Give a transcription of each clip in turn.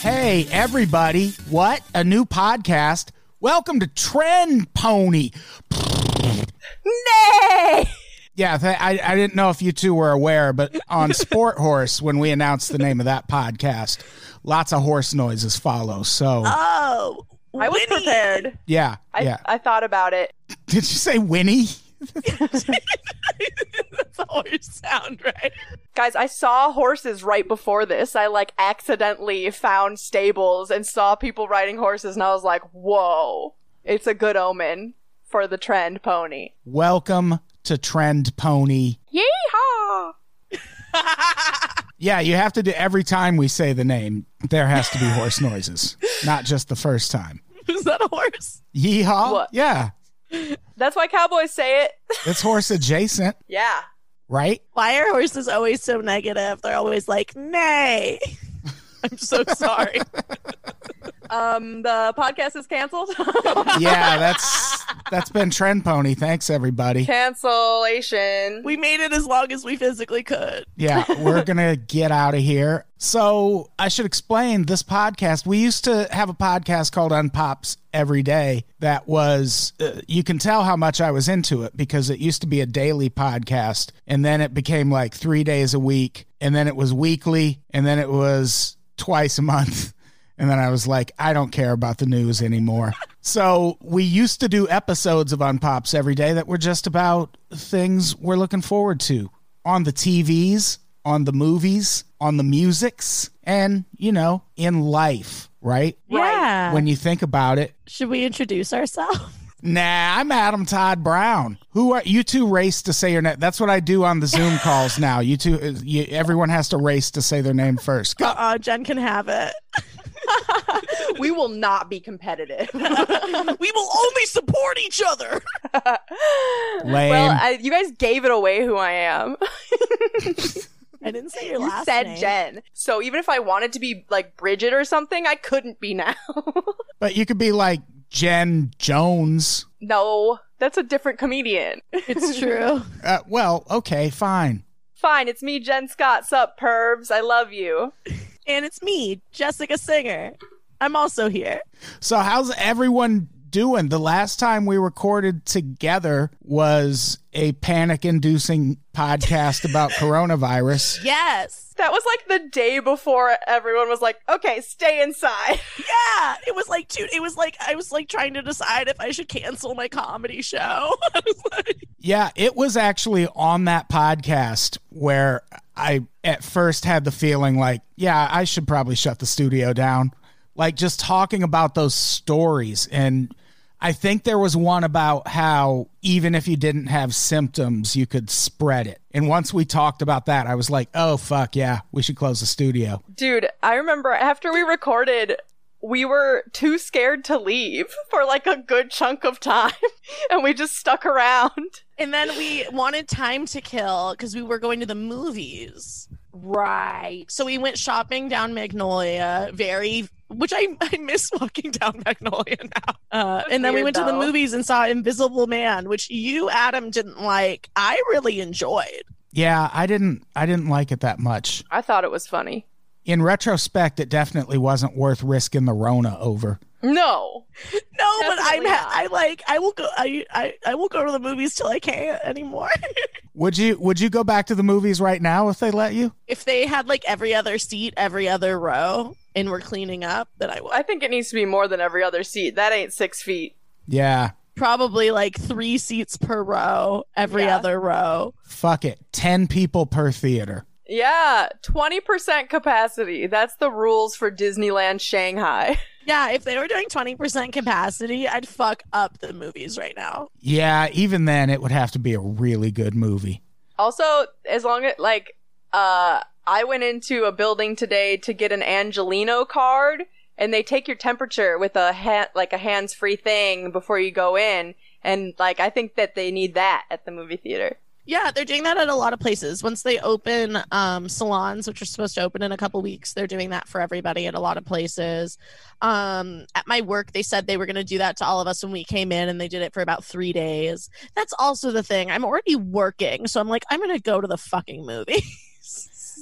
Hey, everybody. What? A new podcast. Welcome to Trend Pony. Nay! Yeah, th- I, I didn't know if you two were aware, but on Sport Horse, when we announced the name of that podcast, lots of horse noises follow. So, Oh, I was Winnie. prepared. yeah, I, yeah. I thought about it. Did you say Winnie? That's a horse sound, right? Guys, I saw horses right before this. I like accidentally found stables and saw people riding horses, and I was like, whoa, it's a good omen for the trend pony. Welcome to Trend Pony. Yeehaw! Yeah, you have to do every time we say the name, there has to be horse noises, not just the first time. Is that a horse? Yeehaw. What? Yeah, That's why cowboys say it. it's horse adjacent, yeah. right? Why are horses always so negative? They're always like, nay. I'm so sorry. Um, the podcast is canceled. Yeah, that's that's been Trend Pony. Thanks everybody. Cancellation. we made it as long as we physically could. Yeah, we're going to get out of here. So, I should explain this podcast. We used to have a podcast called Unpops every day that was uh, you can tell how much I was into it because it used to be a daily podcast and then it became like 3 days a week and then it was weekly and then it was twice a month. And then I was like, I don't care about the news anymore. so we used to do episodes of Unpops every day that were just about things we're looking forward to on the TVs, on the movies, on the musics, and, you know, in life, right? Yeah. When you think about it, Should we introduce ourselves? Nah, I'm Adam Todd Brown. Who are you two? Race to say your name. That's what I do on the Zoom calls now. You two, uh, you, everyone has to race to say their name first. Go. Uh-uh, Jen can have it. we will not be competitive. we will only support each other. Lame. Well, I, you guys gave it away who I am. I didn't say your You last said name. Jen. So even if I wanted to be like Bridget or something, I couldn't be now. But you could be like Jen Jones. no, that's a different comedian. It's true. Uh, well, okay, fine. Fine, it's me, Jen Scott. Sup, pervs. I love you. and it's me, Jessica Singer. I'm also here. So, how's everyone doing? The last time we recorded together was a panic inducing podcast about coronavirus. Yes. That was like the day before everyone was like, okay, stay inside. Yeah. It was like, dude, it was like, I was like trying to decide if I should cancel my comedy show. I was like, Yeah, it was actually on that podcast where I at first had the feeling like, yeah, I should probably shut the studio down. Like just talking about those stories and I think there was one about how even if you didn't have symptoms, you could spread it. And once we talked about that, I was like, "Oh fuck, yeah, we should close the studio." Dude, I remember after we recorded, we were too scared to leave for like a good chunk of time and we just stuck around. and then we wanted time to kill because we were going to the movies. Right. So we went shopping down Magnolia, very, which I, I miss walking down Magnolia now. Uh, and then we weird, went to the though. movies and saw Invisible Man, which you, Adam, didn't like. I really enjoyed. Yeah, I didn't I didn't like it that much. I thought it was funny. In retrospect, it definitely wasn't worth risking the rona over. No. No, but I'm Definitely ha- not. I like I will go I, I I will go to the movies till I can't anymore. Would you would you go back to the movies right now if they let you? if they had like every other seat, every other row, and we're cleaning up, then I would I think it needs to be more than every other seat. That ain't six feet. Yeah. probably like three seats per row, every Yeah. other row. Fuck it. 10 people per theater. Yeah, 20% capacity. That's the rules for Disneyland Shanghai. Yeah, if they were doing twenty percent capacity, I'd fuck up the movies right now. Yeah, even then it would have to be a really good movie. Also, as long as, like, uh, I went into a building today to get an Angelino card, and they take your temperature with a ha- like a hands-free thing before you go in, and like I think that they need that at the movie theater. Yeah, they're doing that at a lot of places. Once they open um, salons, which are supposed to open in a couple weeks, they're doing that for everybody at a lot of places. Um, at my work, they said they were going to do that to all of us when we came in, and they did it for about three days. That's also the thing. I'm already working, so I'm like, I'm going to go to the fucking movie.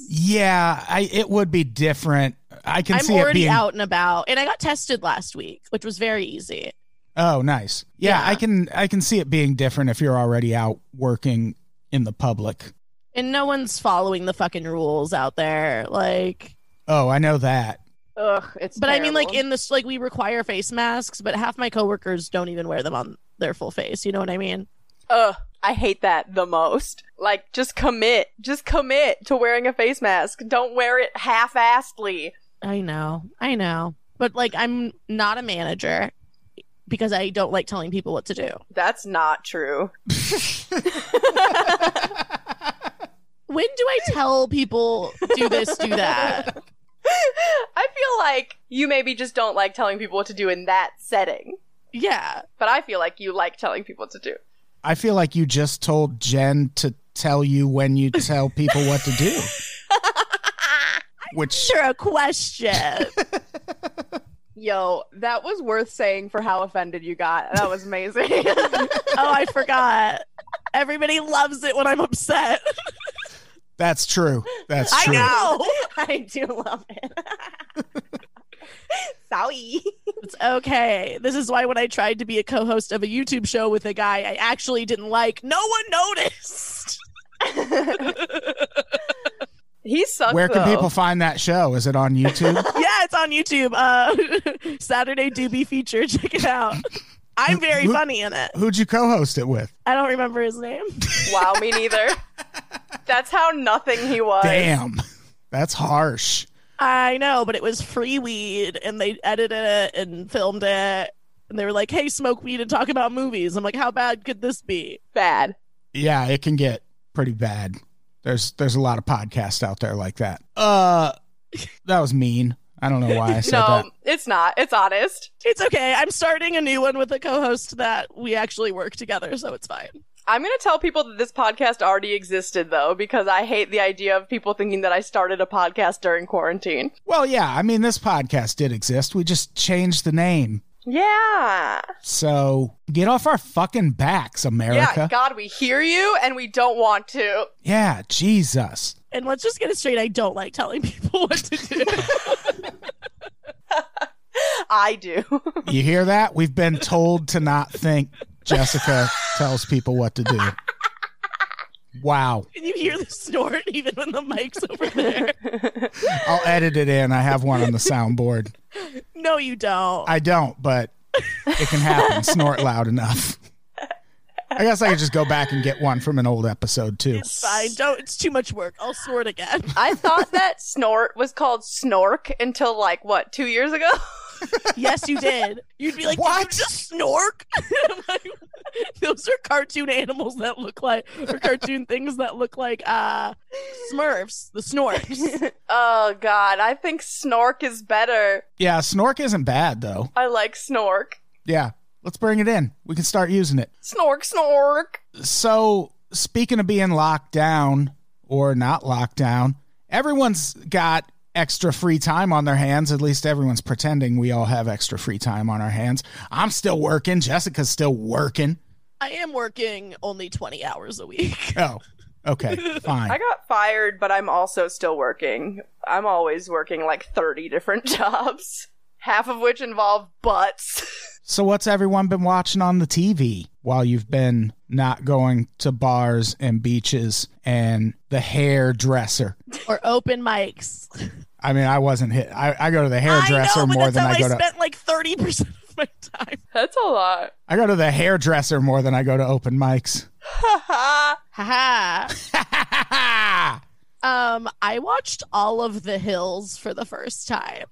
Yeah, I, it would be different. I can I'm see it already being. out and about, and I got tested last week, which was very easy. Oh, nice. Yeah, Yeah. I can I can see it being different if you're already out working in the public. And no one's following the fucking rules out there. Like, Oh, I know that. Ugh, it's. but I mean, like terrible. in this, like we require face masks, but half my coworkers don't even wear them on their full face. You know what I mean? Ugh, I hate that the most. Like, just commit. Just commit to wearing a face mask. Don't wear it half assedly. I know, I know, but like I'm not a manager because I don't like telling people what to do. That's not true. When do I tell people do this, do that? I feel like you maybe just don't like telling people what to do in that setting. Yeah, But I feel like you like telling people what to do. I feel like you just told Jen to tell you when you tell people what to do. Which sure, a question. Yo, that was worth saying for how offended you got. That was amazing. oh, I forgot. Everybody loves it when I'm upset. that's true. That's I true. know. I do love it. Sorry. It's okay. This is why when I tried to be a co-host of a YouTube show with a guy I actually didn't like, no one noticed. He sucks. Where can though. people find that show? Is it on YouTube? yeah, it's on YouTube. Uh, Saturday Doobie feature. Check it out. I'm very funny in it. Who'd you co-host it with? I don't remember his name. Wow, me neither. That's how nothing he was. Damn. That's harsh. I know, but it was free weed, and they edited it and filmed it. And they were like, "Hey, smoke weed and talk about movies." I'm like, "How bad could this be?" Bad. Yeah, it can get pretty bad. There's there's a lot of podcasts out there like that. Uh that was mean. I don't know why I said No, that. it's not. It's honest. It's okay. I'm starting a new one with a co-host that we actually work together, so it's fine. I'm going to tell people that this podcast already existed, though, because I hate the idea of people thinking that I started a podcast during quarantine. Well, yeah, I mean this podcast did exist. We just changed the name. Yeah. So get off our fucking backs, Yeah, America. Yeah, God, we hear you and we don't want to. Jesus. And let's just get it straight. I don't like telling people what to do. I do. You hear that? We've been told to not think Jessica tells people what to do. Wow. Can you hear the snort even when the mic's over there? I'll edit it in. I have one on the soundboard. No, you don't. I don't, but it can happen. Snort loud enough. I guess I could just go back and get one from an old episode too. It's fine. Don't. It's too much work. I'll snort again. I thought that snort was called snork until like what, two years ago? yes, you did. You'd be like, What? Did you just snork? I'm like, Those are cartoon animals that look like, or cartoon things that look like uh, Smurfs, the snorks. oh God, I think snork is better. Yeah, snork isn't bad though. I like snork. Yeah. Let's bring it in. We can start using it. Snork, snork. So, speaking of being locked down or not locked down, everyone's got extra free time on their hands. At least everyone's pretending we all have extra free time on our hands. I'm still working. Jessica's still working. I am working only 20 hours a week. Oh, okay. I Fine. got fired, but I'm also still working. I'm always working like 30 different jobs, half of which involve butts. So, what's everyone been watching on the TV while you've been not going to bars and beaches and the hairdresser? Or open mics. I mean, I wasn't hit. I, I go to the hairdresser I know, but more that's than how I go to. spent like 30% of my time. That's a lot. I go to the hairdresser more than I go to open mics. Haha. Haha. Um, I watched all of The Hills for the first time,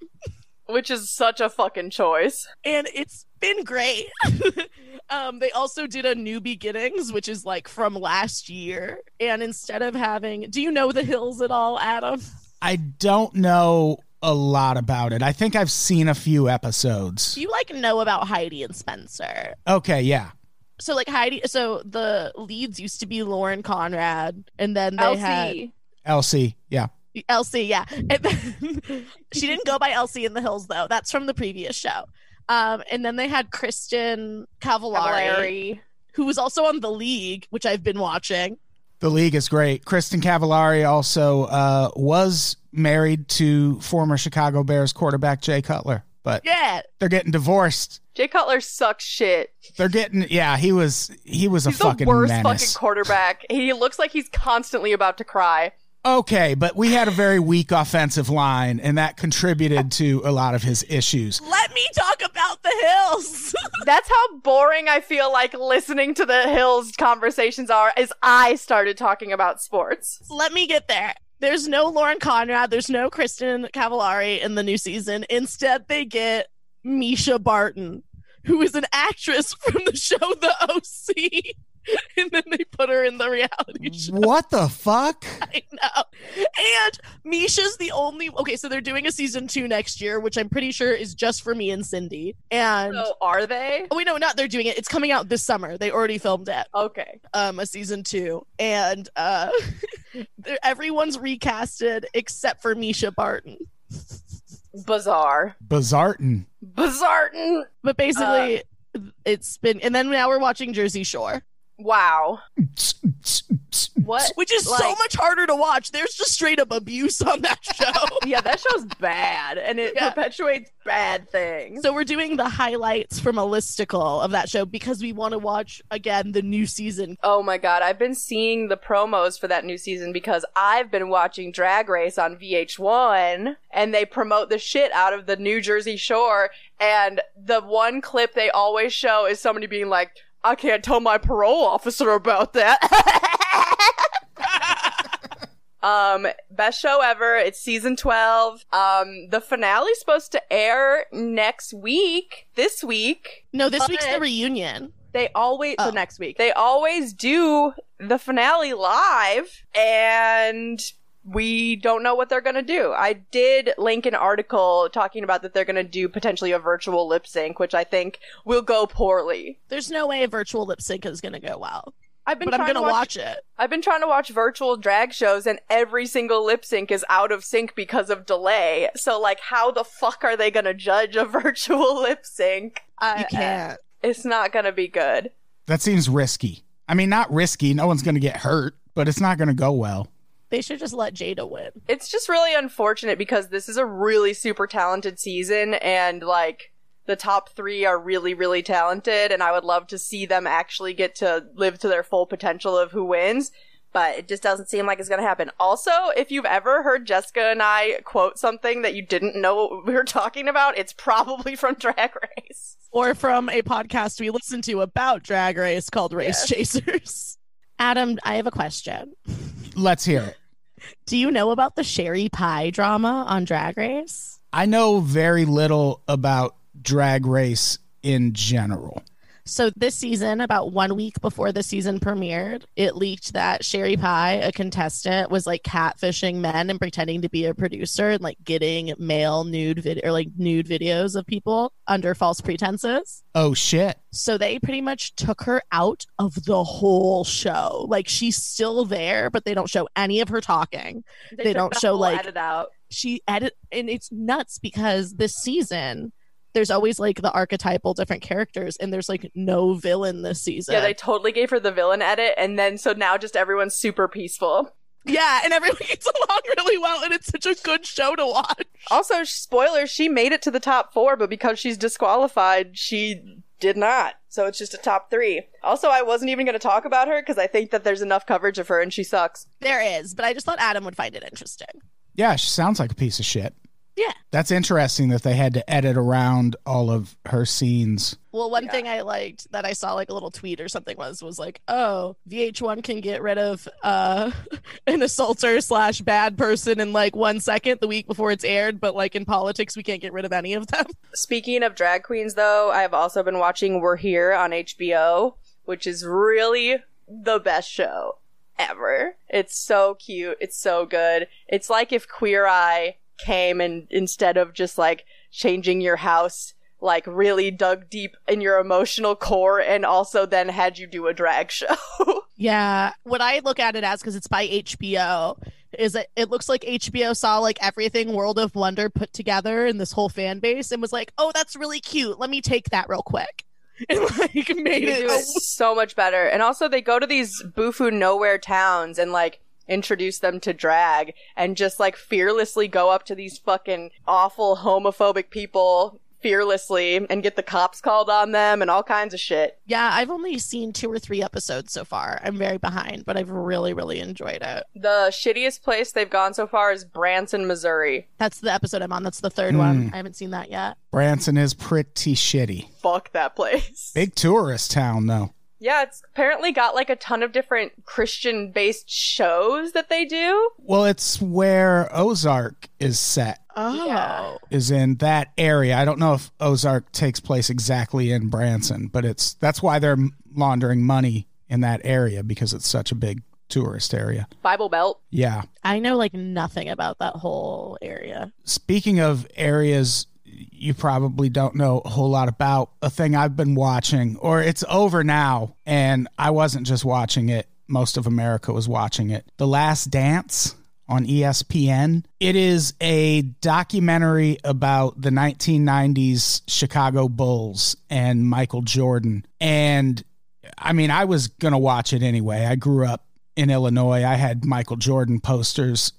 Which is such a fucking choice. and it's been great. um, they also did a New Beginnings, which is like from last year. And instead of having, do you know The Hills at all, Adam? I don't know a lot about it. I think I've seen a few episodes. Do you like know about Heidi and Spencer? Okay, yeah. So like Heidi, so the leads used to be Lauren Conrad, and then they had Elsie. Elsie, yeah. Elsie, yeah. And then, she didn't go by Elsie in the Hills though. That's from the previous show. Um, and then they had Kristen Cavallari, Larry. who was also on The League, which I've been watching. The league is great. Kristen Cavallari also uh, was married to former Chicago Bears quarterback Jay Cutler, but Yeah. they're getting divorced. Jay Cutler sucks shit. They're getting yeah. He was he was He's a fucking the worst menace. fucking quarterback. He looks like he's constantly about to cry. okay, but we had a very weak offensive line, and that contributed to a lot of his issues. Let me talk about the hills. That's how boring I feel like listening to the Hills conversations are as I started talking about sports. Let me get there. There's no Lauren Conrad. There's no Kristen Cavallari in the new season. Instead, they get Misha Barton, who is an actress from the show The OC. And then they put her in the Mm-hmm. reality show. What the fuck? I know. And Misha's the only. Okay, so they're doing a season two next year, which I'm pretty sure is just for me and Cindy. And So are they? oh, wait, no, not they're doing it. It's coming out this summer. They already filmed it, Okay. um, a season two, and uh, they're- everyone's recasted except for Misha Barton. Bizarre. Bizarton. Bizarre. But basically, it's been. And then now we're watching Jersey Shore, Wow. What? which is so Like- much harder to watch. There's just straight up abuse on that show. Yeah, that show's bad, and it Yeah. perpetuates bad things. So we're doing the highlights from a listicle of that show because we want to watch again the new season. Oh my god, I've been seeing the promos for that new season because I've been watching Drag Race on VH1 and they promote the shit out of the New Jersey Shore and the one clip they always show is somebody being like, I can't tell my parole officer about that. um, best show ever. It's season 12. Um, the finale's supposed to air next week. This week. No, this week's the But- reunion. They always Oh. for next week. They always do the finale live, and we don't know what they're going to do. I did link an article talking about that they're going to do potentially a virtual lip sync, which I think will go poorly. There's no way a virtual lip sync is going to go well, I've been but I'm trying going to to watch it. I've been trying to watch virtual drag shows, and every single lip sync is out of sync because of delay. So, like, how the fuck are they going to judge a virtual lip sync? I- You can't. It's not going to be good. That seems risky. I mean, not risky. No one's going to get hurt, but it's not going to go well. They should just let Jada win. it's just really unfortunate because this is a really super talented season and like the top three are really really talented and i would love to see them actually get to live to their full potential of who wins but it just doesn't seem like it's going to happen also if you've ever heard jessica and i quote something that you didn't know we were talking about it's probably from drag race Or from a podcast we listened to about Drag Race called Race Chasers. Adam, I have a question. Let's hear it. Do you know about the Sherry Pie drama on Drag Race? I know very little about drag race in general. So this season, about one week before the season premiered, it leaked that Sherry Pie, a contestant, was like catfishing men and pretending to be a producer and like getting male nude vid- or like nude videos of people under false pretenses. Oh shit. So they pretty much took her out of the whole show. Like she's still there, but they don't show any of her talking they took don't the show, whole like- edit out. she edit and it's nuts because this season there's always like the archetypal different characters and there's like no villain this season yeah they totally gave her the villain edit and then so now just everyone's super peaceful Yeah, and everyone gets along really well and it's such a good show to watch Also, spoiler, she made it to the top four, but because she's disqualified, she did not. So it's just a top three. Also, I wasn't even going to talk about her because I think that there's enough coverage of her and she sucks. there is but i just thought adam would find it interesting Yeah, she sounds like a piece of shit. Yeah. That's interesting that they had to edit around all of her scenes. well one Yeah. thing i liked that i saw like a little tweet or something was was like oh vh1 can get rid of uh an assaulter slash bad person in like one second the week before it's aired but like in politics we can't get rid of any of them Speaking of drag queens, though, I've also been watching We're Here on HBO, which is really the best show ever. It's so cute. It's so good. It's like if Queer Eye came and instead of just like changing your house, like really dug deep in your emotional core and also then had you do a drag show. Yeah, what I look at it as because it's by HBO is that it looks like HBO saw like everything World of Wonder put together in this whole fan base and was like, "Oh, that's really cute. Let me take that real quick." and like made They it. do it so much better. And also, they go to these bufu nowhere towns and like introduce them to drag and just like fearlessly go up to these fucking awful homophobic people fearlessly and get the cops called on them and all kinds of shit. Yeah, I've only seen two or three episodes so far. I'm very behind, but I've really, really enjoyed it. The shittiest place they've gone so far is Branson, Missouri. That's the episode I'm on. That's the third Hmm. one. I haven't seen that yet. Branson is pretty shitty. Fuck that place. Big tourist town, though. Yeah, it's apparently got like a ton of different Christian based shows that they do. Well, it's where Ozark is set, Oh. Yeah. is in that area. I don't know if Ozark takes place exactly in Branson, but it's that's why they're laundering money in that area because it's such a big tourist area. Bible Belt. Yeah. I know like nothing about that whole area. Speaking of areas you probably don't know a whole lot about, a thing I've been watching, or it's over now, and I wasn't just watching it, most of America was watching it. The Last Dance on E ESPN. It is a documentary about the 1990s Chicago Bulls and Michael Jordan. And I mean, I was going to watch it anyway. I grew up in Illinois, I had Michael Jordan posters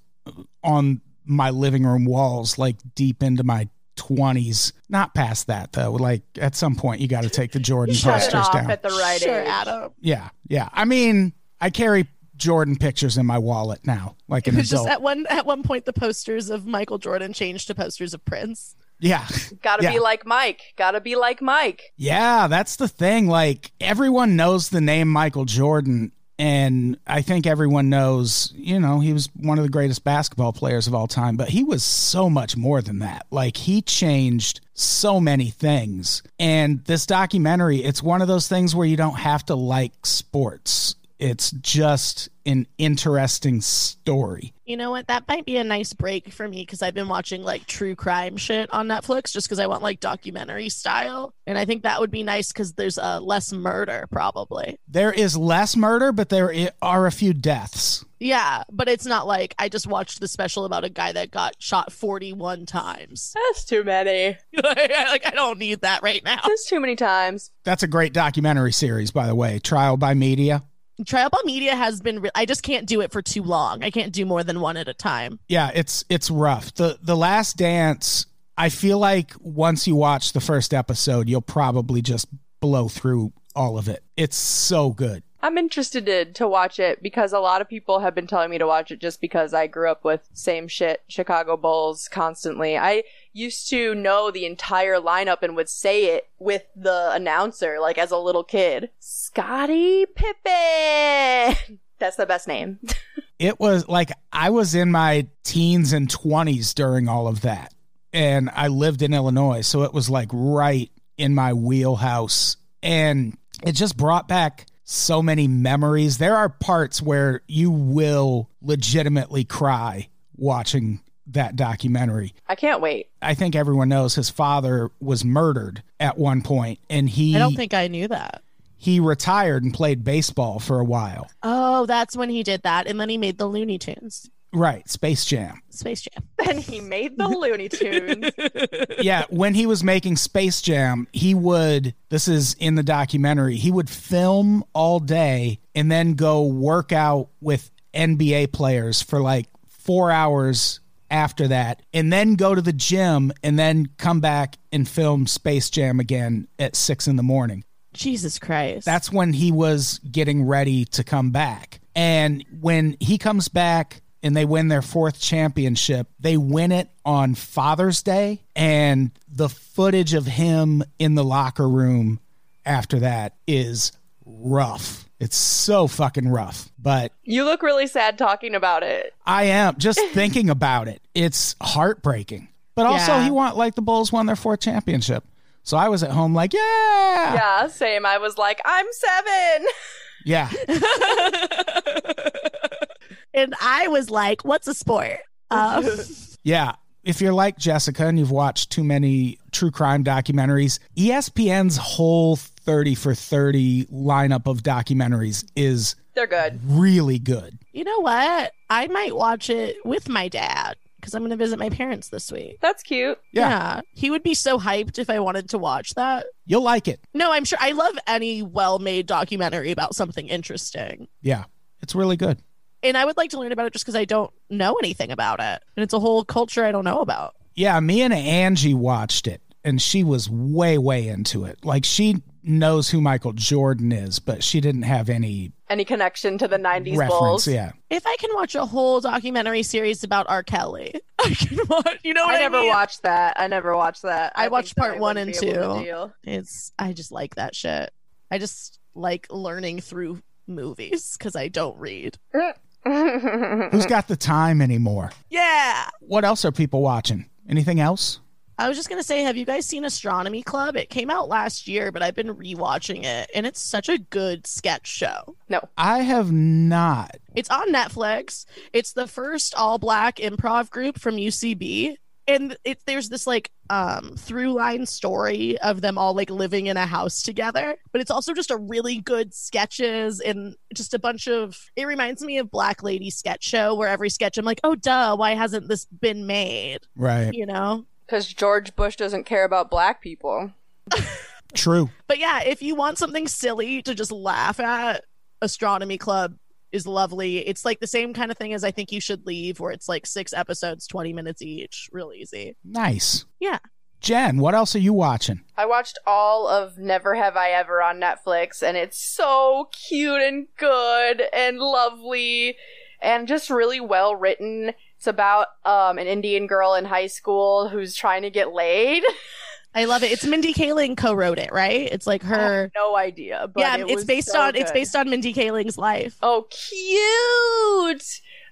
on my living room walls like deep into my 20s not past that though like at some point you got to take the jordan Shut posters it off down at the right sure, age. Adam. yeah yeah i mean i carry jordan pictures in my wallet now like It an was just adult at one at one point the posters of Michael Jordan changed to posters of Prince. yeah Gotta Yeah. be like Mike. Gotta be like Mike. Yeah, that's the thing. Like everyone knows the name Michael Jordan, and I think everyone knows, you know, he was one of the greatest basketball players of all time, but he was so much more than that. Like he changed so many things. And this documentary, it's one of those things where you don't have to like sports. It's just an interesting story. You know what? That might be a nice break for me because I've been watching like true crime shit on Netflix just because I want like documentary style. And I think that would be nice because there's uh, less murder probably. There is less murder, but there i- are a few deaths. Yeah, but it's not like I just watched the special about a guy that got shot 41 times. That's too many. like, I- like, I don't need that right now. That's too many times. That's a great documentary series, by the way. Trial by Media. Trial by media has been, re- I just can't do it for too long. I can't do more than one at a time. yeah, it's it's rough. The the last dance, I feel like once you watch the first episode, you'll probably just blow through all of it. It's so good. I'm interested to, to watch it because a lot of people have been telling me to watch it just because I grew up with same shit Chicago Bulls constantly. I used to know the entire lineup and would say it with the announcer like as a little kid. Scotty Pippen. That's the best name. It was like I was in my teens and 20s during all of that. And I lived in Illinois, so it was like right in my wheelhouse and it just brought back so many memories. There are parts where you will legitimately cry watching that documentary. I can't wait. I think everyone knows his father was murdered at one point, and he I don't think I knew that. he retired and played baseball for a while. Oh, that's when he did that. And then he made the Looney Tunes, Right, Space Jam. Space Jam. Then he made the Looney Tunes. yeah, when he was making Space Jam, he would this is in the documentary. He would film all day and then go work out with NBA players for like 4 hours after that and then go to the gym and then come back and film Space Jam again at 6 in the morning. Jesus Christ. That's when he was getting ready to come back. And when he comes back and they win their fourth championship, they win it on Father's Day. And the footage of him in the locker room after that is rough. It's so fucking rough. But You look really sad talking about it. I am just thinking about it. It's heartbreaking. But also, Yeah. he want like the Bulls won their fourth championship. So I was at home like, yeah, Yeah, same. I was like, I'm seven. yeah. and I was like, what's a sport? Um, Yeah. If you're like Jessica and you've watched too many true crime documentaries, E ESPN's whole 30 for 30 lineup of documentaries is They're good. really good. you know what? I might watch it with my dad because I'm going to visit my parents this week. That's cute. Yeah. He would be so hyped if I wanted to watch that. You'll like it. No, I'm sure I love any well made documentary about something interesting. Yeah. It's really good. And I would like to learn about it just because I don't know anything about it. And it's a whole culture I don't know about. Yeah, me and Angie watched it and she was way way into it. Like she knows who Michael Jordan is, but she didn't have any Any connection to the 90s reference. Bulls? Yeah. If I can watch a whole documentary series about R. Kelly, I can watch. You know what I I, never mean? watched that. I never watched that. I think watched that part one wouldn't and be able to two. deal. It's I just like that shit. I just like learning through movies because I don't read. Who's got the time anymore? Yeah. What else are people watching? Anything else? I was just gonna say, have you guys seen Astronomy Club? It came out last year, but I've been rewatching it, and it's such a good sketch show. I have not. It's on Netflix. It's the first all-black improv group from UCB, and it, there's this like um, through-line story of them all like living in a house together. But it's also just a really good sketches and just a bunch of. It reminds me of Black Lady Sketch Show, where every sketch I'm like, oh duh, why hasn't this been made? Right. You know. Because George Bush doesn't care about black people. True. But yeah, if you want something silly to just laugh at, Astronomy Club is lovely. It's like the same kind of thing as I think you should leave, where it's like six episodes, 20 minutes each. Real easy. Nice. Yeah. Jen, what else are you watching? I watched all of Never Have I Ever on Netflix, and it's so cute and good and lovely and just really well written. It's about um, an Indian girl in high school who's trying to get laid. I love it. It's Mindy Kaling co wrote it, right? It's like I her. have no idea. Oh, But yeah, it it's was based so on it's good. based on Mindy Kaling's life. Oh, cute!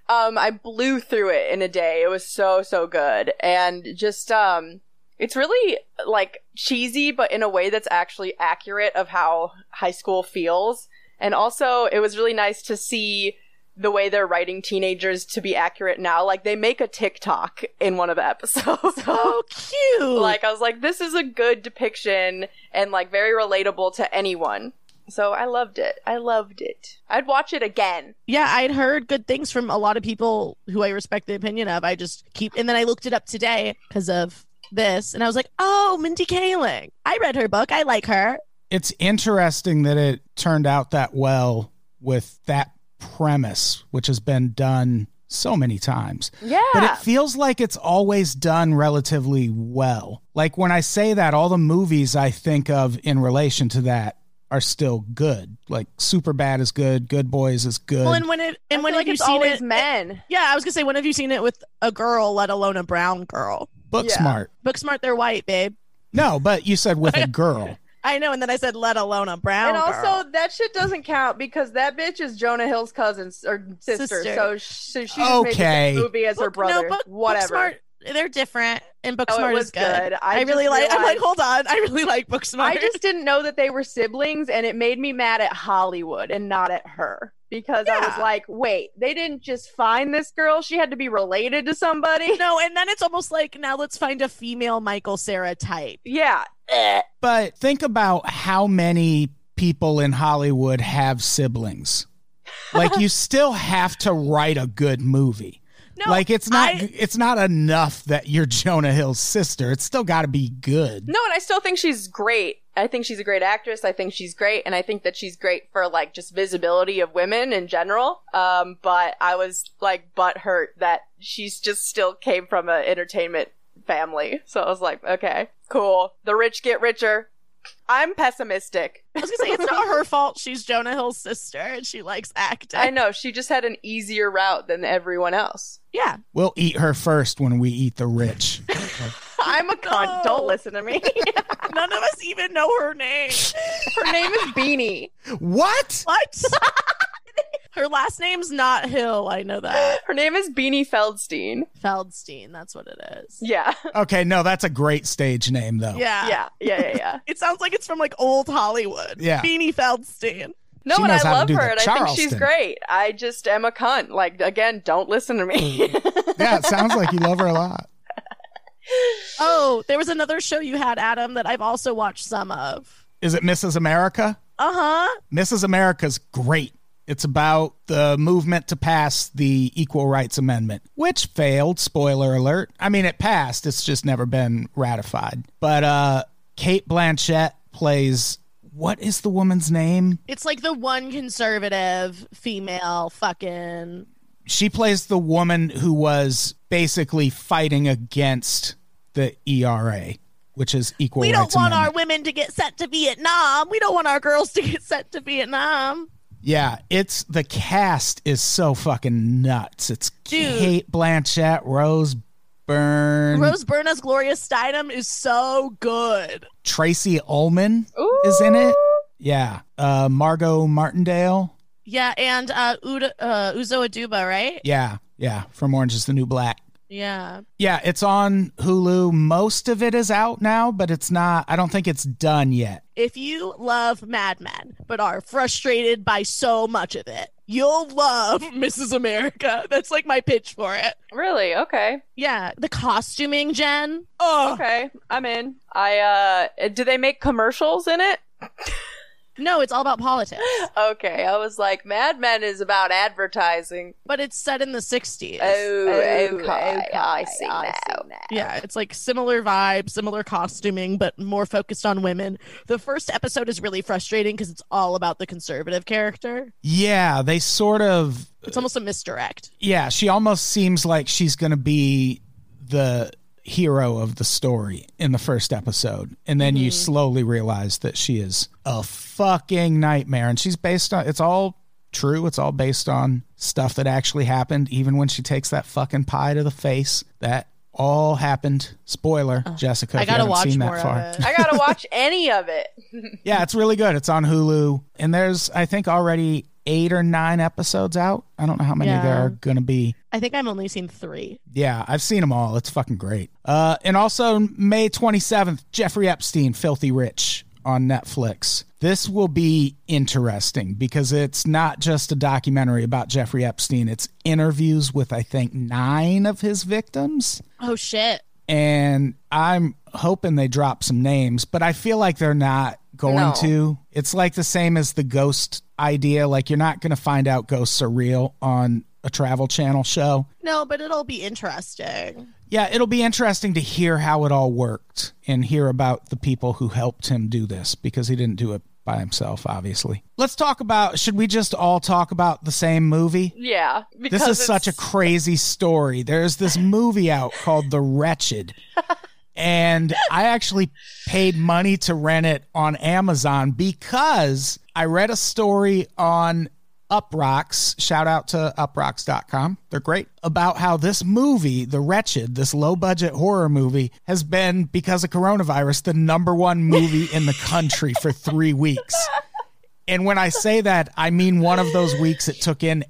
Um, I blew through it in a day. It was so so good, and just um, it's really like cheesy, but in a way that's actually accurate of how high school feels. And also, it was really nice to see the way they're writing teenagers to be accurate now. Like they make a TikTok in one of the episodes. Oh, So cute. like I was like, this is a good depiction and like very relatable to anyone. So I loved it. I loved it. I'd watch it again. yeah, I'd heard good things from a lot of people who I respect the opinion of. I just keep, and then I looked it up today because of this, and I was like, oh, Mindy Kaling. I read her book. I like her. It's interesting that it turned out that well with that premise, which has been done so many times. Yeah. But it feels like it's always done relatively well. Like when I say that, all the movies I think of in relation to that are still good. Like Super Bad is good, Good Boys is good. Well, and when it and I when have feel like you it's seen always it? men. Yeah, I was gonna say when have you seen it with a girl, let alone a brown girl? Book yeah. smart. Book smart, they're white, babe. No, but you said with a girl. I know, and then I said let alone a brown. And also, Oh, girl. that shit doesn't count because that bitch is Jonah Hill's cousin or sister. Sister. So she, she Okay. made the movie as her Book- brother. No, book, Whatever. Book smart, they're different, and book No, it smart was is good. good. I I, really just like. I'm like, realized- hold on, I really like book smart. I just didn't know that they were siblings, and it made me mad at Hollywood and not at her because I was Yeah. like, wait, they didn't just find this girl; she had to be related to somebody. no, and then it's almost like now let's find a female Michael Sarah type. yeah. Eh. But think about how many people in Hollywood have siblings. Like you still have to write a good movie. No, like it's not I- it's not enough that you're Jonah Hill's sister. It's still got to be good. No, and I still think she's great. I think she's a great actress. I think she's great, and I think that she's great for like just visibility of women in general. Um, but I was like butt hurt that she's just still came from an entertainment family. So I was like, okay, cool. The rich get richer. I'm pessimistic. I was gonna say it's not her fault. She's Jonah Hill's sister, and she likes acting. I know she just had an easier route than everyone else. yeah, We'll eat her first when we eat the rich. I'm a cunt. No. Don't listen to me. none of us even know her name. Her name is Beanie. what? What? Her last name's not Hill. I know that. Her name is Beanie Feldstein. Feldstein. That's what it is. Yeah, Okay, no, that's a great stage name though. Yeah. yeah, yeah, yeah, yeah. It sounds like it's from like old Hollywood. Yeah. Beanie Feldstein. No, She and knows I how to love do her, the and I think she's Charleston. great. I just am a cunt. Like again, don't listen to me. Yeah, it sounds like you love her a lot. Oh, there was another show you had, Adam, that I've also watched some of. Is it Mrs. America? Uh huh. Mrs. America's great. It's about the movement to pass the Equal Rights Amendment, which failed. Spoiler alert. I mean, it passed, it's just never been ratified. But uh, Kate Blanchett plays what is the woman's name? It's like the one conservative female fucking She plays the woman who was basically fighting against the ERA, which is Equal We Rights don't want Amendment. our women to get sent to Vietnam. We don't want our girls to get sent to Vietnam. Yeah, it's the cast is so fucking nuts. It's Dude. Kate Blanchett, Rose Byrne, Rose Byrne as Gloria Steinem is so good. Tracy Ullman is in it. Yeah, uh, Margot Martindale. Yeah, and uh, Uda, uh Uzo Aduba, right? Yeah, yeah, from Orange Is the New Black. Yeah. Yeah, it's on Hulu. Most of it is out now, but it's not. I don't think it's done yet. If you love Mad Men but are frustrated by so much of it, you'll love Mrs. America. That's like my pitch for it. Really? Okay. Yeah, the costuming, Jen. Oh Okay. I'm in. I uh do they make commercials in it? no, it's all about politics, Okay. I was like Mad Men is about advertising. Oh, but it's set in the '60s. Oh, I see now. Yeah, it's like similar vibe, similar costuming, but more focused on women. The first episode is really frustrating because it's all about the conservative character. Yeah, they sort of. It's almost a misdirect. Yeah, she almost seems like she's going to be the hero of the story in the first episode. And then you Mm-hmm. slowly realize that she is a fucking nightmare. And she's based on. It's all true. It's all based on stuff that actually happened, even when she takes that fucking pie to the face. That all happened. Spoiler, Jessica. I if you gotta haven't watch seen that more far. of it. I gotta watch any of it. Yeah, it's really good. It's on Hulu, and there's I think already eight or nine episodes out. I don't know how many Yeah. there are gonna be. I think I've only seen three. Yeah, I've seen them all. It's fucking great. Uh, and also May 27th, Jeffrey Epstein, Filthy Rich on Netflix. This will be interesting because it's not just a documentary about Jeffrey Epstein. It's interviews with I think nine of his victims Oh shit. and I'm hoping they drop some names, but I feel like they're not going No. to. It's like the same as the ghost idea. Like you're not going to find out ghosts are real on a travel channel show. No, but it'll be interesting. Yeah, it'll be interesting to hear how it all worked and hear about the people who helped him do this because he didn't do it by himself, obviously. Let's talk about should we just all talk about the same movie? Yeah. This Because is such a it's- crazy story. There's this movie out called The Wretched. And I actually paid money to rent it on Amazon because I read a story on Uprocks. Shout out to uprocks.com. They're great. About how this movie, The Wretched, this low budget horror movie, has been, because of coronavirus, the number one movie in the country for three weeks. And when I say that, I mean one of those weeks it took in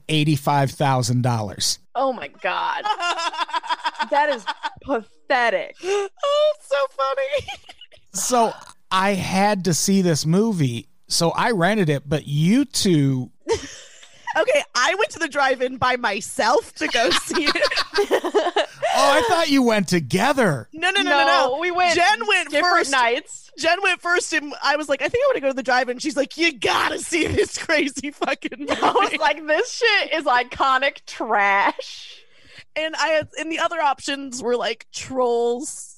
$85,000. Oh my god. that is pathetic. oh, it's so funny. So I had to see this movie. So I rented it, but you two, okay, I went to the drive-in by myself to go see it. oh, I thought you went together. No, no, no, no, No, no. we went Jen went Different first. nights. Jen went first, and I was like, I think I want to go to the drive-in. She's like, You gotta see this crazy fucking movie. I was like, this shit is iconic trash. and I had, and the other options were like trolls.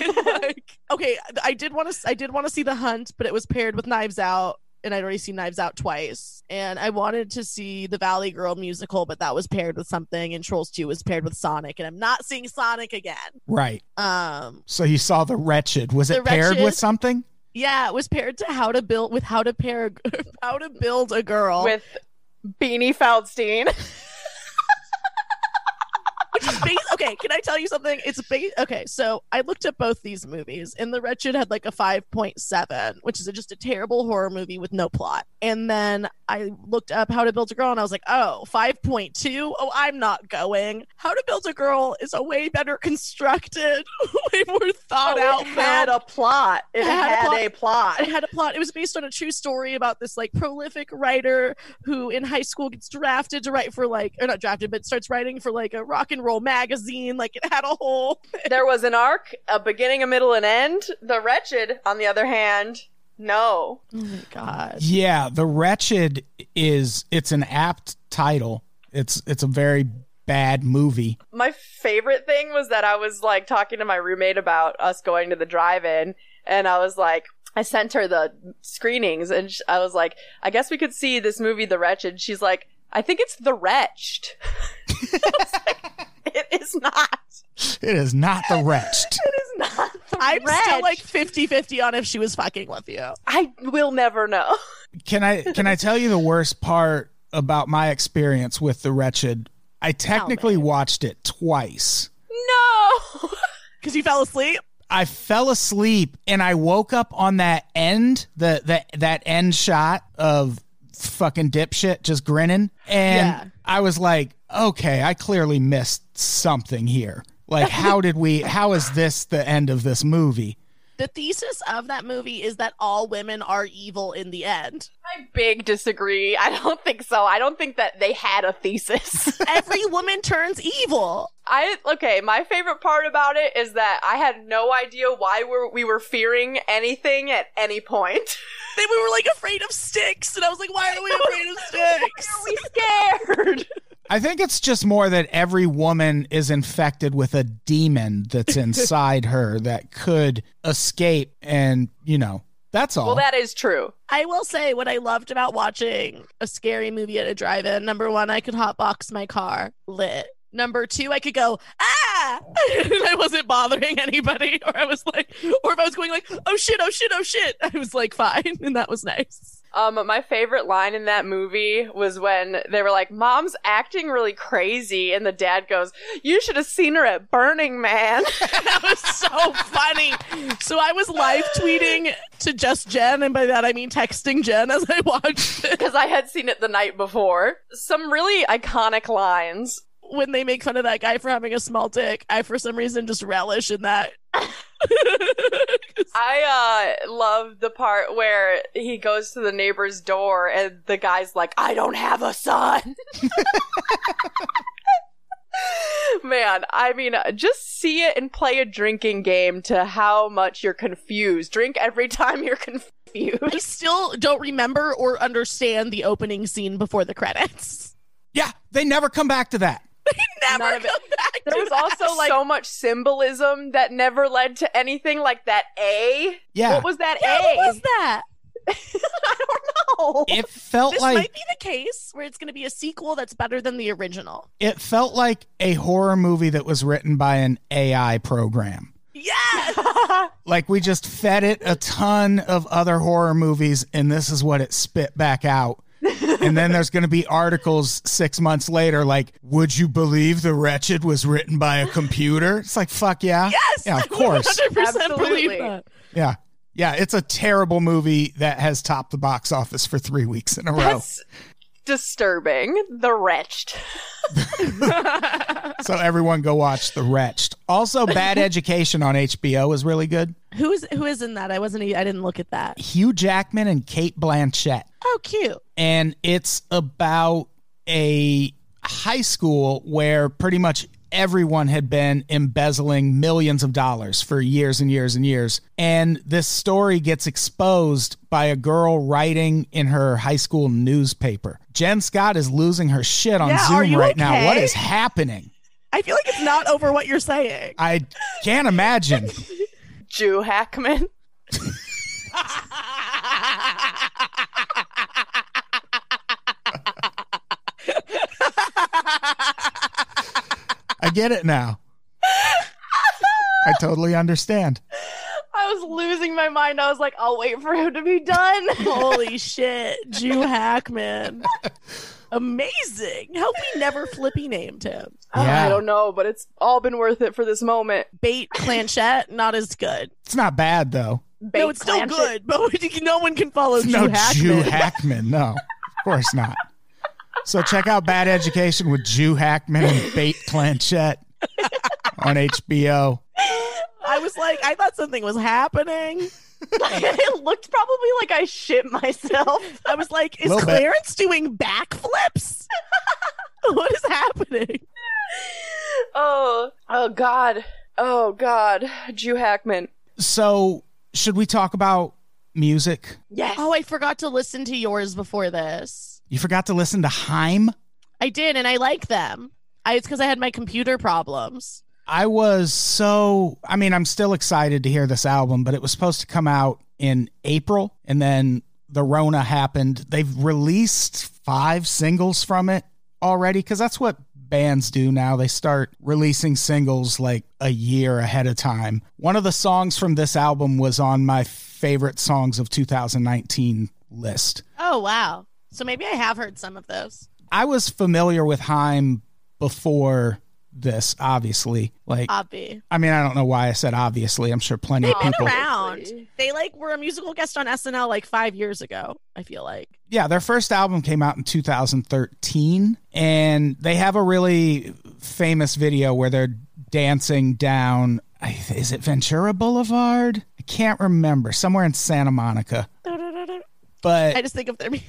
And, like, okay, I did want to I did want to see The Hunt, but it was paired with Knives Out, and I'd already seen Knives Out twice. And I wanted to see the Valley Girl musical, but that was paired with something, and Trolls Two was paired with Sonic, and I'm not seeing Sonic again. Right. Um, So you saw The Wretched. Was The it paired with Wretched? something? yeah, it was paired to How to Build with How to Pair a, How to Build a Girl. with Beanie Feldstein. Which is bas- okay, can I tell you something? It's ba- okay. So I looked at both these movies, and The Wretched had like a five point seven, which is just a terrible horror movie with no plot. And then I looked up How to Build a Girl, and I was like, oh, 5.2? Oh, I'm not going. How to Build a Girl is a way better constructed, way more thought Oh, out. it had film. a plot. It had, a plot. It had a plot. It was based on a true story about this like prolific writer who in high school gets drafted to write for like or not drafted, but starts writing for like a rock and roll magazine. Like it had a whole there was an arc, a beginning, a middle, and end. The Wretched, on the other hand, No. Oh my god. Yeah, The Wretched is it's an apt title. It's it's a very bad movie. My favorite thing was that I was like talking to my roommate about us going to the drive-in and I was like I sent her the screenings and sh- I was like I guess we could see this movie The Wretched. She's like I think it's The Wretched. I was like, it is not. It is not The Wretched. It is not. The I'm still Wretched. like 50 50 on if she was fucking with you. I will never know. Can I can I tell you the worst part about my experience with The Wretched? I technically watched it twice. No. Because you fell asleep? I fell asleep and I woke up on that end, the, the that end shot of fucking dipshit just grinning. And Yeah. I was like, okay, I clearly missed something here. Like, how did we, how is this the end of this movie? The thesis of that movie is that all women are evil in the end. I big disagree. I don't think so. I don't think that they had a thesis. Every woman turns evil. I okay, my favorite part about it is that I had no idea why we're, we were fearing anything at any point. Then we were like afraid of sticks. And I was like, why are we afraid of sticks? we scared. I think it's just more that every woman is infected with a demon that's inside her that could escape and, you know, that's all. well, that is true. I will say what I loved about watching a scary movie at a drive in. Number one, I could hotbox my car lit. Number two, I could go, ah, and I wasn't bothering anybody. Or I was like, or if I was going like, oh shit, oh shit, oh shit, I was like, fine. And that was nice. Um, my favorite line in that movie was when they were like, "Mom's acting really crazy," and the dad goes, "You should have seen her at Burning Man." That was so funny. So I was live tweeting to just Jen. And by that, I mean texting Jen as I watched it. because I had seen it the night before. Some really iconic lines. When they make fun of that guy for having a small dick, I for some reason just relish in that. I uh, love the part where he goes to the neighbor's door and the guy's like, I don't have a son. Man, I mean, just see it and play a drinking game to how much you're confused. Drink every time you're confused. I still don't remember or understand the opening scene before the credits. yeah, they never come back to that. Never None of it. come back. There to was that. also like so much symbolism that never led to anything like that A. Yeah. What was that Yeah, A? what was that? I don't know. it felt This like might be the case where it's going to be a sequel that's better than the original. it felt like a horror movie that was written by an AI program. Yes. Like we just fed it a ton of other horror movies and this is what it spit back out. and then there's going to be articles 6 months later like would you believe the wretched was written by a computer? It's like fuck yeah. Yes. Yeah, of course. 100% believe Absolutely. that. Yeah. Yeah, it's a terrible movie that has topped the box office for 3 weeks in a row. That's disturbing. The wretched. So everyone go watch The Wretched. Also Bad Education on HBO is really good. Who is who is in that? I wasn't. e, I didn't look at that. Hugh Jackman and Kate Blanchett. Oh, cute. and it's about a high school where pretty much everyone had been embezzling millions of dollars for years and years and years. And this story gets exposed by a girl writing in her high school newspaper. Jen Scott is losing her shit on Yeah, are Zoom you right now. What okay? is happening? I feel like it's not over what you're saying. I can't imagine. Jew Hackman. I get it now. I totally understand. I was losing my mind. I was like, I'll wait for him to be done. Holy shit, Jew Hackman. Amazing. How we never flippy named him. Oh, Yeah. I don't know, but it's all been worth it for this moment. Bait Planchette, not as good. It's not bad though. no, it's still good, but we- no one can follow Jew no Oh, Hackman. Jew Hackman. No, of course not. So check out Bad Education with Jew Hackman and Bate Planchette on HBO. I was like, I thought something was happening. it looked probably like I shit myself. I was like, is Little bit. Clarence doing backflips? what is happening? Oh, oh God. Oh God. Jew Hackman. So should we talk about music? Yes. Oh, I forgot to listen to yours before this. You forgot to listen to Heim? I did, and I like them. I, it's because I had my computer problems. I was so, I mean, I'm still excited to hear this album, but it was supposed to come out in April and then the Rona happened. They've released five singles from it already because that's what bands do now. They start releasing singles like a year ahead of time. One of the songs from this album was on my favorite songs of 2019 list. Oh wow! So maybe I have heard some of those. I was familiar with Heim before this, obviously. Like, Obvi. I mean, I don't know why I said obviously. I'm sure plenty of They've been people. around. They like were a musical guest on SNL like five years ago. I feel like. yeah, their first album came out in 2013, and they have a really famous video where they're dancing down. I- Is it Ventura Boulevard? I can't remember. Somewhere in Santa Monica. I But just think of their.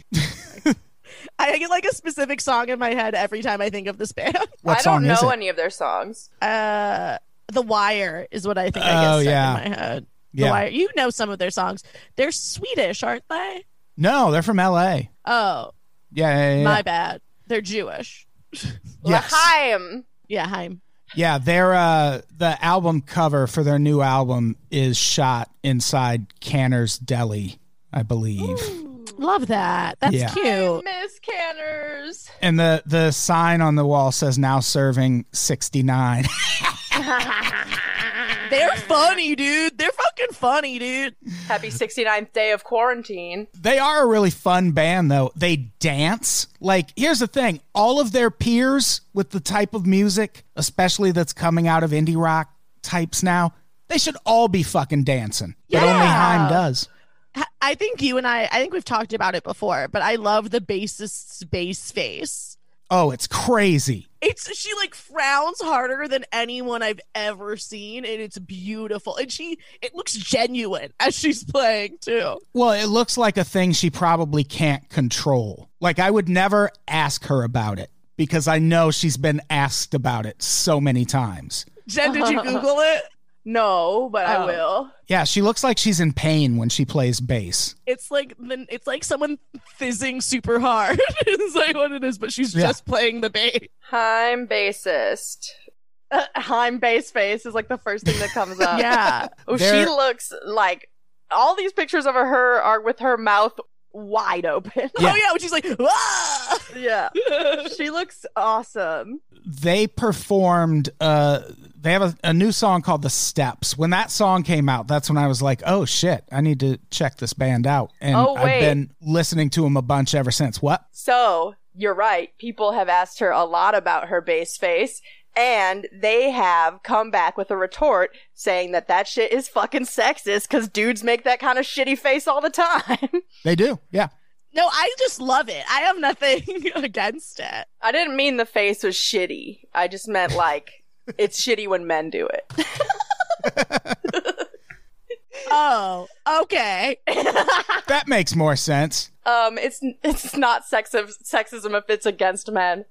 I get like a specific song in my head every time I think of this band. what I song don't is know it? any of their songs. Uh, The Wire is what I think. Oh, I get yeah. stuck in my head. The yeah. Wire. You know some of their songs. They're Swedish, aren't they? No, they're from L.A. Oh, Yeah, yeah, yeah, yeah. my bad. They're Jewish. Yes. Lahaim. Yeah, Heim. Yeah, their uh, the album cover for their new album is shot inside Canner's Deli, I believe. Love that. That's Yeah. cute. Miss Canners. And the the sign on the wall says now serving 69. They're funny, dude. They're fucking funny, dude. Happy 69th day of quarantine. they are a really fun band though. They dance. Like here's the thing, all of their peers with the type of music, especially that's coming out of indie rock types now, they should all be fucking dancing. But only Yeah. Heim does. Ha- I think you and I, I think we've talked about it before, but I love the bassist's bass face. Oh, it's crazy. It's she like frowns harder than anyone I've ever seen, and it's beautiful. And she, it looks genuine as she's playing too. Well, it looks like a thing she probably can't control. Like, I would never ask her about it because I know she's been asked about it so many times. Jen, did you Google it? No, but Oh. I will. Yeah, she looks like she's in pain when she plays bass. It's like the- it's like someone fizzing super hard. it's like what it is, but she's Yeah. just playing the bass. Heim bassist. Uh, Heim base face is like the first thing that comes up. Yeah, Oh, she They're- looks like all these pictures of her are with her mouth. Wide open. Yeah. Oh yeah, when she's like, "Ah!" yeah. She looks awesome. They performed, uh, they have a, a new song called The Steps. When that song came out, that's when I was like, oh shit, I need to check this band out. And Oh, I've wait. been listening to them a bunch ever since. What? So you're right. People have asked her a lot about her bass face, and they have come back with a retort saying that that shit is fucking sexist because dudes make that kind of shitty face all the time. They do. Yeah. no, I just love it. I have nothing against it. I didn't mean the face was shitty. I just meant like it's shitty when men do it. Oh, okay. That makes more sense. Um, it's it's not sexism sexism if it's against men.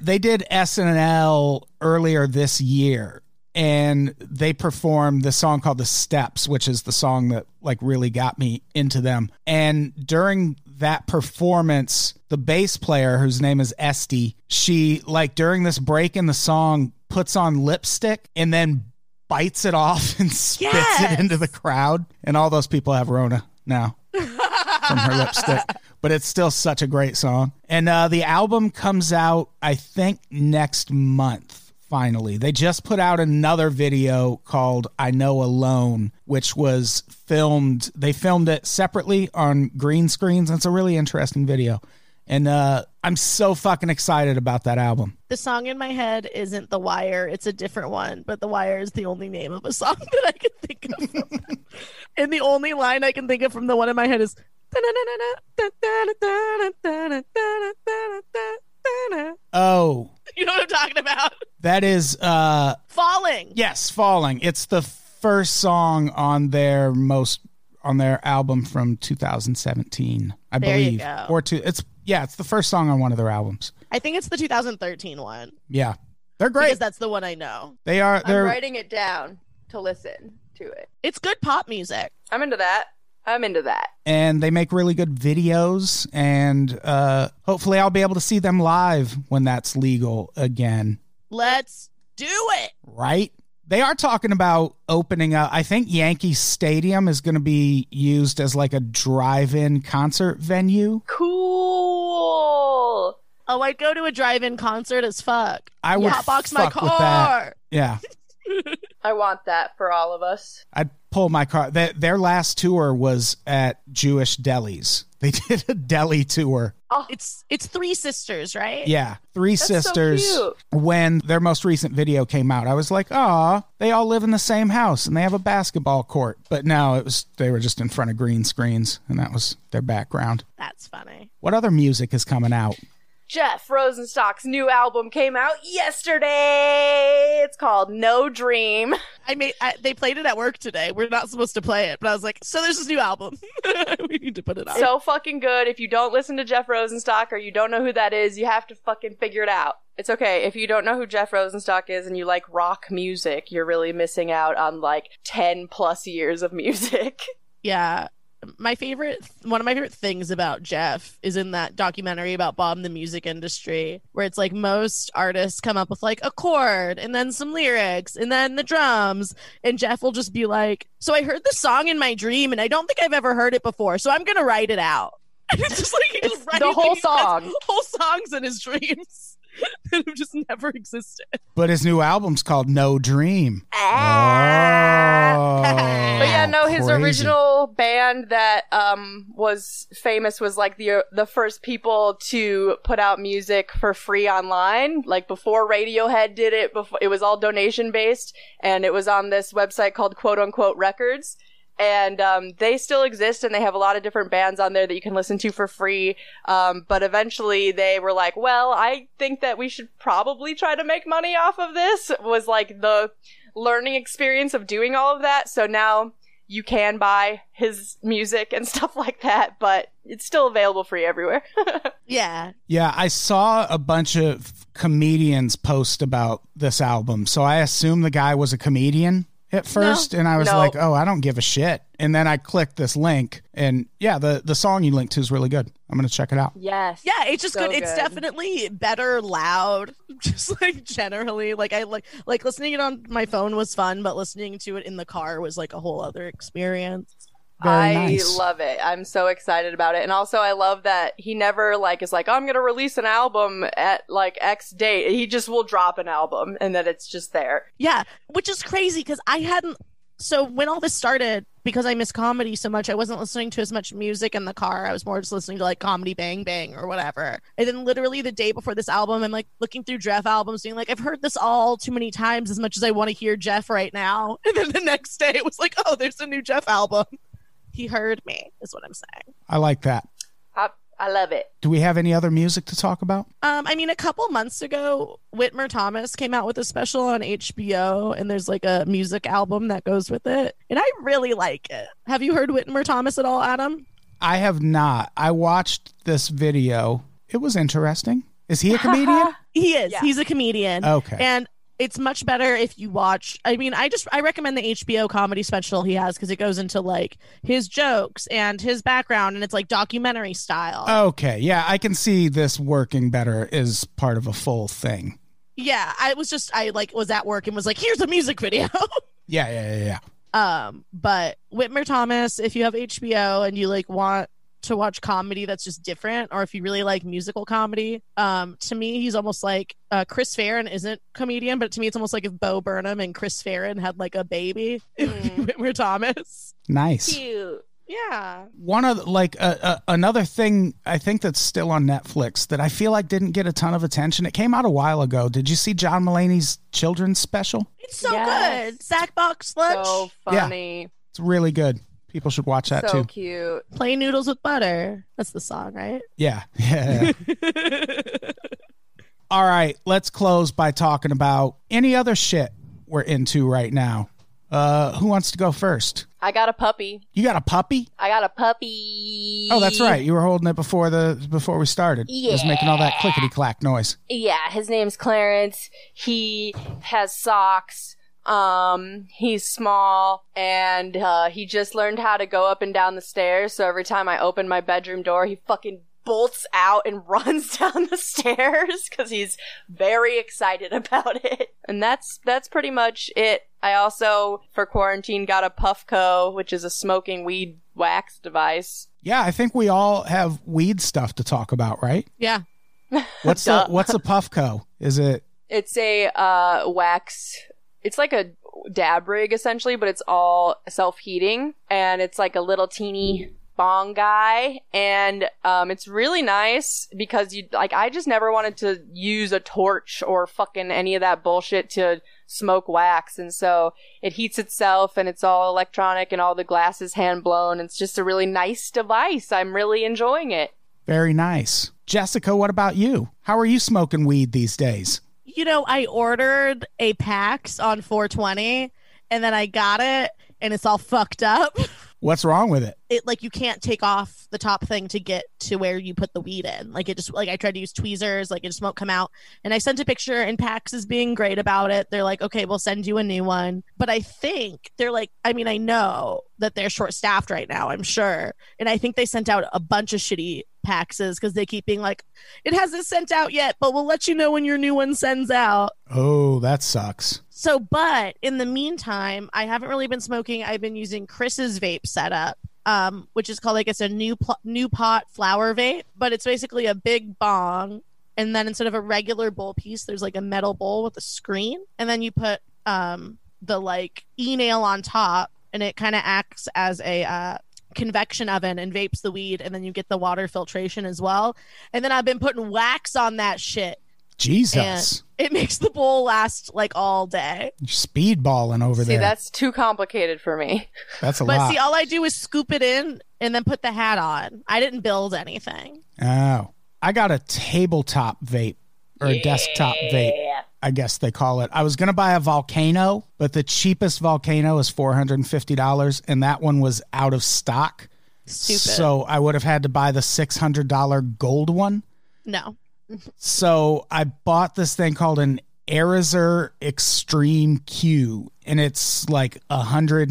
they did SNL earlier this year and they performed the song called The Steps, which is the song that like really got me into them. And during that performance, the bass player whose name is Esty, she like during this break in the song puts on lipstick and then bites it off and spits it Yes. into the crowd and all those people have rona now from her lipstick. But it's still such a great song. And uh, the album comes out, I think, next month, finally. They just put out another video called I Know Alone, which was filmed, they filmed it separately on green screens. It's a really interesting video. And uh, I'm so fucking excited about that album. the song in my head isn't The Wire, it's a different one, but The Wire is the only name of a song that I can think of. from that. and the only line I can think of from the one in my head is. You Oh, know what I'm talking about? that is, uh, Falling. yes, Falling. It's the first song on their most on their album from 2017, I There you believe. go. Or two. It's yeah, it's the first song on one of their albums. I think it's the 2013 one Yeah, they're because great. that's the one I know. They are. I'm They're writing it down to listen to it. It's good pop music. I'm into that. I'm into that. and they make really good videos and uh, hopefully i'll be able to see them live when that's legal again Let's do it. right they are talking about opening up i think yankee stadium is going to be used as like a drive-in concert venue Cool. Oh, I'd go to a drive-in concert as fuck. i would Hotbox my fuck with that car. yeah I want that for all of us. i'd pull my car Th- their last tour was at jewish delis they did a deli tour It's it's three sisters, right? Yeah, three That's so sisters. cute. When their most recent video came out, I was like, "Aw, they all live in the same house and they have a basketball court." But no, it was they were just in front of green screens, and that was their background. That's funny. What other music is coming out? Jeff Rosenstock's new album came out yesterday. It's called No Dream. I made I, they played it at work today. We're not supposed to play it, but I was like, so there's this new album. we need to put it on. So fucking good. If you don't listen to Jeff Rosenstock or you don't know who that is, you have to fucking figure it out. It's okay. If you don't know who Jeff Rosenstock is and you like rock music, you're really missing out on like 10 plus years of music. yeah. My favorite, one of my favorite things about Jeff is in that documentary about Bob and the music industry, where it's like most artists come up with like a chord and then some lyrics and then the drums. And Jeff will just be like, So I heard this song in my dream and I don't think I've ever heard it before. So I'm going to write it out. And it's just like, he It's just writes the whole these- song. whole songs in his dreams that have just never existed. But his new album's called No Dream. Ah. Ah! But yeah, no, his crazy. original band that um was famous was like the the first people to put out music for free online. Like before Radiohead did it, before it was all donation based, and it was on this website called Quote Unquote Records. And um, they still exist, and they have a lot of different bands on there that you can listen to for free. Um, but eventually, they were like, "Well, I think that we should probably try to make money off of this." Was like the learning experience of doing all of that. So now you can buy his music and stuff like that, but it's still available free everywhere. Yeah. Yeah, I saw a bunch of comedians post about this album. So I assumed the guy was a comedian at first and I was No. like, "Oh, I don't give a shit." And then I clicked this link and yeah, the the song you linked to is really good. I'm going to check it out. yes. Yeah, it's just So good. It's good. definitely better loud. Just like generally. Like I like like listening it on my phone was fun, but listening to it in the car was like a whole other experience. Very I nice. love it. I'm so excited about it. And also I love that he never like is like, I'm gonna release an album at like X date. He just will drop an album and then it's just there. Yeah. Which is crazy because I hadn't so when all this started, because I miss comedy so much, I wasn't listening to as much music in the car. I was more just listening to like comedy bang bang or whatever. And then literally the day before this album, I'm like looking through Jeff albums, being like, I've heard this all too many times as much as I want to hear Jeff right now. And then the next day it was like, Oh, there's a new Jeff album. He heard me, is what I'm saying. I like that. I I love it. Do we have any other music to talk about? Um, I mean, a couple months ago, Whitmer Thomas came out with a special on HBO, and there's like a music album that goes with it. And I really like it. Have you heard Whitmer Thomas at all, Adam? I have not. I watched this video. It was interesting. Is he a comedian? He is. Yeah. He's a comedian. Okay. And it's much better if you watch. I mean, I just I recommend the HBO comedy special he has because it goes into like his jokes and his background, and it's like documentary style. Okay. Yeah, I can see this working better as part of a full thing. yeah, I was just I like was at work and was like, here's a music video. Yeah, yeah, yeah, yeah. Um, but Whitmer Thomas, if you have HBO and you like want to watch comedy that's just different, or if you really like musical comedy, um, to me he's almost like uh, Chris Farron isn't comedian, but to me it's almost like if Bo Burnham and Chris Farron had like a baby, it would Mm. be Whitmer Thomas. Nice. Cute. Yeah, one of like uh, uh, another thing I think that's still on Netflix that I feel like didn't get a ton of attention. It came out a while ago. Did you see John Mulaney's children's special? it's so Yes. good. Sack box lunch, So Yeah. funny. It's really good. People should watch that so too. cute. plain noodles with butter. That's the song, right? Yeah. Yeah. All right, let's close by talking about any other shit we're into right now. Uh who wants to go first? I got a puppy. You got a puppy? I got a puppy. Oh, that's right. You were holding it before the before we started. It was making all that clickety clack noise. Yeah, his name's Clarence. He has socks. Um, he's small and uh, he just learned how to go up and down the stairs. So every time I open my bedroom door, he fucking bolts out and runs down the stairs because he's very excited about it. And that's that's pretty much it. I also for quarantine got a Puffco, which is a smoking weed wax device. Yeah, I think we all have weed stuff to talk about, right? Yeah. What's the what's a puffco? Is it It's a uh, wax. It's like a dab rig essentially, but it's all self heating, and it's like a little teeny bong guy, and um, it's really nice because you like. I just never wanted to use a torch or fucking any of that bullshit to smoke wax, and so it heats itself, and it's all electronic, and all the glass is hand blown. It's just a really nice device. I'm really enjoying it. very nice? Jessica, what about you? How are you smoking weed these days? You know, I ordered a PAX on 420 and then I got it and it's all fucked up. What's wrong with it? It like you can't take off the top thing to get to where you put the weed in. Like it just like I tried to use tweezers, like it just won't come out. And I sent a picture and PAX is being great about it. They're like, okay, we'll send you a new one. But I think they're like, I mean, I know that they're short staffed right now, I'm sure. And I think they sent out a bunch of shitty PAXs because they keep being like, it hasn't sent out yet, but we'll let you know when your new one sends out. Oh, that sucks. So, but in the meantime, I haven't really been smoking. I've been using Chris's vape setup, um, which is called, I guess, a new pl- new pot flower vape, but it's basically a big bong. And then instead of a regular bowl piece, there's like a metal bowl with a screen. And then you put um, the like e nail on top, and it kind of acts as a uh, convection oven and vapes the weed. And then you get the water filtration as well. And then I've been putting wax on that shit. Jesus. It makes the bowl last like all day. You're speedballing over See, there. that's too complicated for me. that's a But lot. see, all I do is scoop it in and then put the hat on. I didn't build anything. oh. I got a tabletop vape or a desktop vape. I guess they call it. I was going to buy a volcano, but the cheapest volcano is $450 and that one was out of stock. Stupid. So I would have had to buy the $600 gold one. no. So I bought this thing called an Arizer Extreme Q, and it's like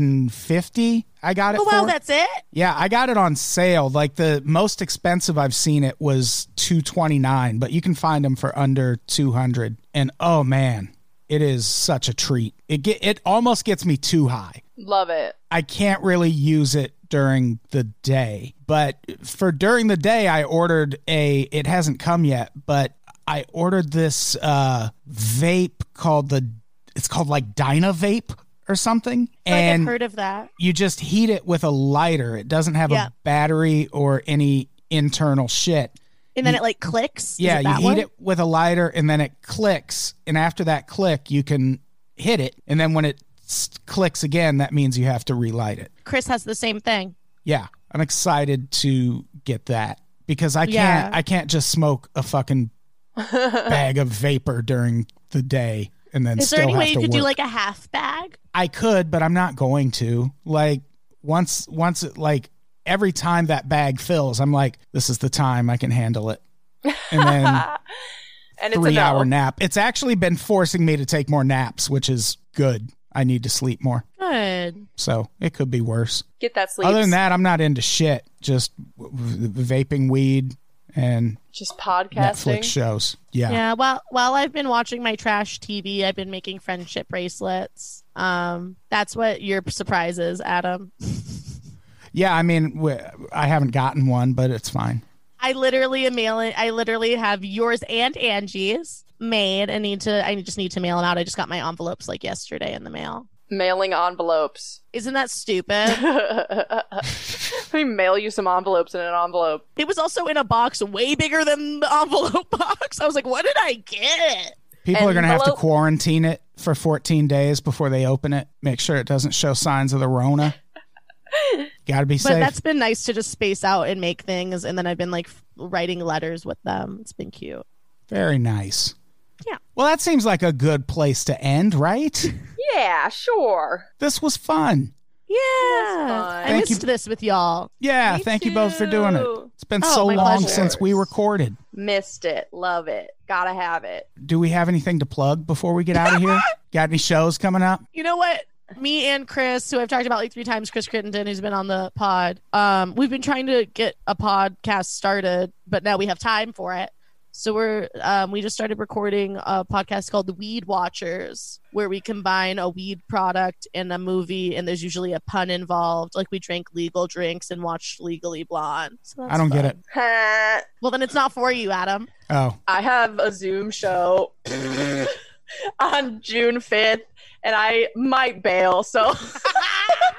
150. I got it. Oh wow, for, that's it. yeah, I got it on sale. Like the most expensive I've seen it was 229, but you can find them for under 200. And oh man, it is such a treat. It get, it almost gets me too high. Love it. I can't really use it during the day. But for during the day, I ordered a, it hasn't come yet, but I ordered this uh, vape called the, it's called like Dynavape or something. I feel like and I've heard of that. you just heat it with a lighter. It doesn't have Yeah. a battery or any internal shit. And then it like clicks. Is Yeah, it you that heat one? it with a lighter and then it clicks. And after that click, you can hit it. And then when it s- clicks again, that means you have to relight it. Chris has the same thing. yeah i'm excited to get that because i can't Yeah. i can't just smoke a fucking bag of vapor during the day and then Is still there any have way you to could do work. like a half bag? i could but i'm not going to like once once it like every time that bag fills i'm like this is the time i can handle it and then and it's a three no. hour nap it's actually been forcing me to take more naps which is good i need to sleep more Good. so it could be worse Get that sleep. Other than that, I'm not into shit. Just w- v- vaping weed and just podcasting. Netflix shows. Yeah. Yeah. Well, while I've been watching my trash TV, I've been making friendship bracelets. Um, that's what your surprise is, Adam. Yeah, I mean, w- I haven't gotten one, but it's fine. I literally am mailing. I literally have yours and Angie's made. I need to. I just need to mail them out. I just got my envelopes like yesterday in the mail. Mailing envelopes. Isn't that stupid? Let me mail you some envelopes in an envelope. it was also in a box way bigger than the envelope box. I was like, what did I get? People are going to have to Envelope. quarantine it for 14 days before they open it. Make sure it doesn't show signs of the Rona. Got to be But safe. that's been nice to just space out and make things. And then I've been like f- writing letters with them. It's been cute. Very nice. Yeah. Well, that seems like a good place to end, right? Yeah, sure. this was fun. Yeah. fun. I Thank you. missed this with y'all. Yeah. Me thank you both for doing it. too. It's been Oh, so my long pleasure. since we recorded. Missed it. Love it. Gotta have it. Do we have anything to plug before we get out of here? Got any shows coming up? You know what? Me and Chris, who I've talked about like three times, Chris Crittenden, who's been on the pod. Um, we've been trying to get a podcast started, but now we have time for it. So we're um, we just started recording a podcast called The Weed Watchers, where we combine a weed product and a movie, and there's usually a pun involved. Like we drank legal drinks and watched Legally Blonde. So that's I don't get it. fun. I Well, then it's not for you, Adam. Oh, I have a Zoom show on June 5th, and I might bail. So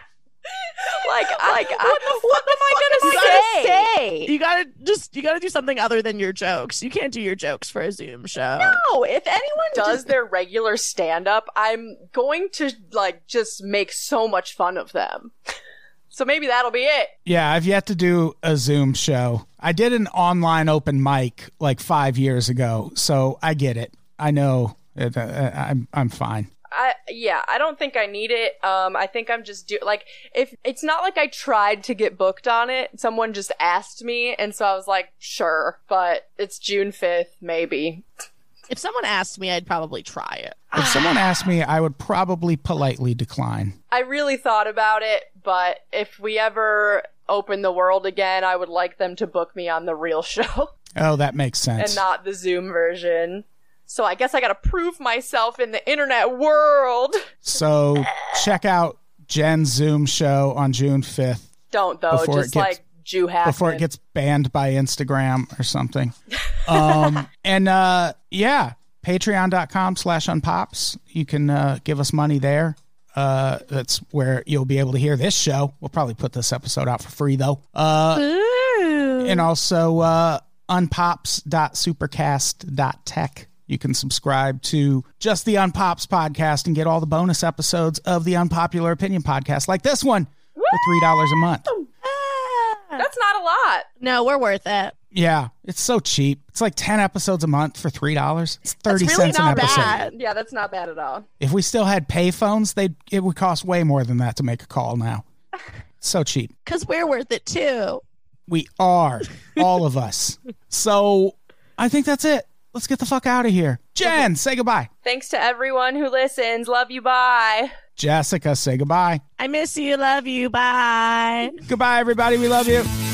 like, like, I, what am I'm I gonna gonna say? say. You gotta just you gotta do something other than your jokes. You can't do your jokes for a Zoom show. No, if anyone Does their regular stand up? I'm going to like just make so much fun of them. So maybe that'll be it. yeah. I've yet to do a Zoom show. I did an online open mic like five years ago, so I get it. I know. It, uh, I'm I'm fine. I yeah, I don't think I need it. Um, I think I'm just do like if it's not like I tried to get booked on it. Someone just asked me, and so I was like, sure. But it's June fifth, maybe. If someone asked me, I'd probably try it. If someone asked me, I would probably politely decline. I really thought about it, but if we ever open the world again, I would like them to book me on the real show Oh, that makes and sense. not the Zoom version. So I guess I gotta prove myself in the internet world. so check out Jen's Zoom show on June 5th Don't though, Before it just gets- like Jew Hackman. before it gets banned by Instagram or something. Um, and uh, yeah, patreon.com slash unpops. You can uh, give us money there. Uh, that's where you'll be able to hear this show. We'll probably put this episode out for free though. Uh, and also uh, unpops.supercast.tech. You can subscribe to just the Unpops podcast and get all the bonus episodes of the Unpopular Opinion podcast, like this one, for $3 a month. That's not a lot. No, we're worth it. Yeah, it's so cheap. It's like 10 episodes a month for $3. It's 30 really cents an not episode. bad. Yeah, that's not bad at all. If we still had payphones, they it would cost way more than that to make a call now. so cheap. Cause we're worth it too. We are all of us. So, I think that's it. Let's get the fuck out of here. Jen, say goodbye. Thanks to everyone who listens. Love you. Bye. Jessica, say goodbye. I miss you. Love you. Bye. Goodbye everybody. We love you.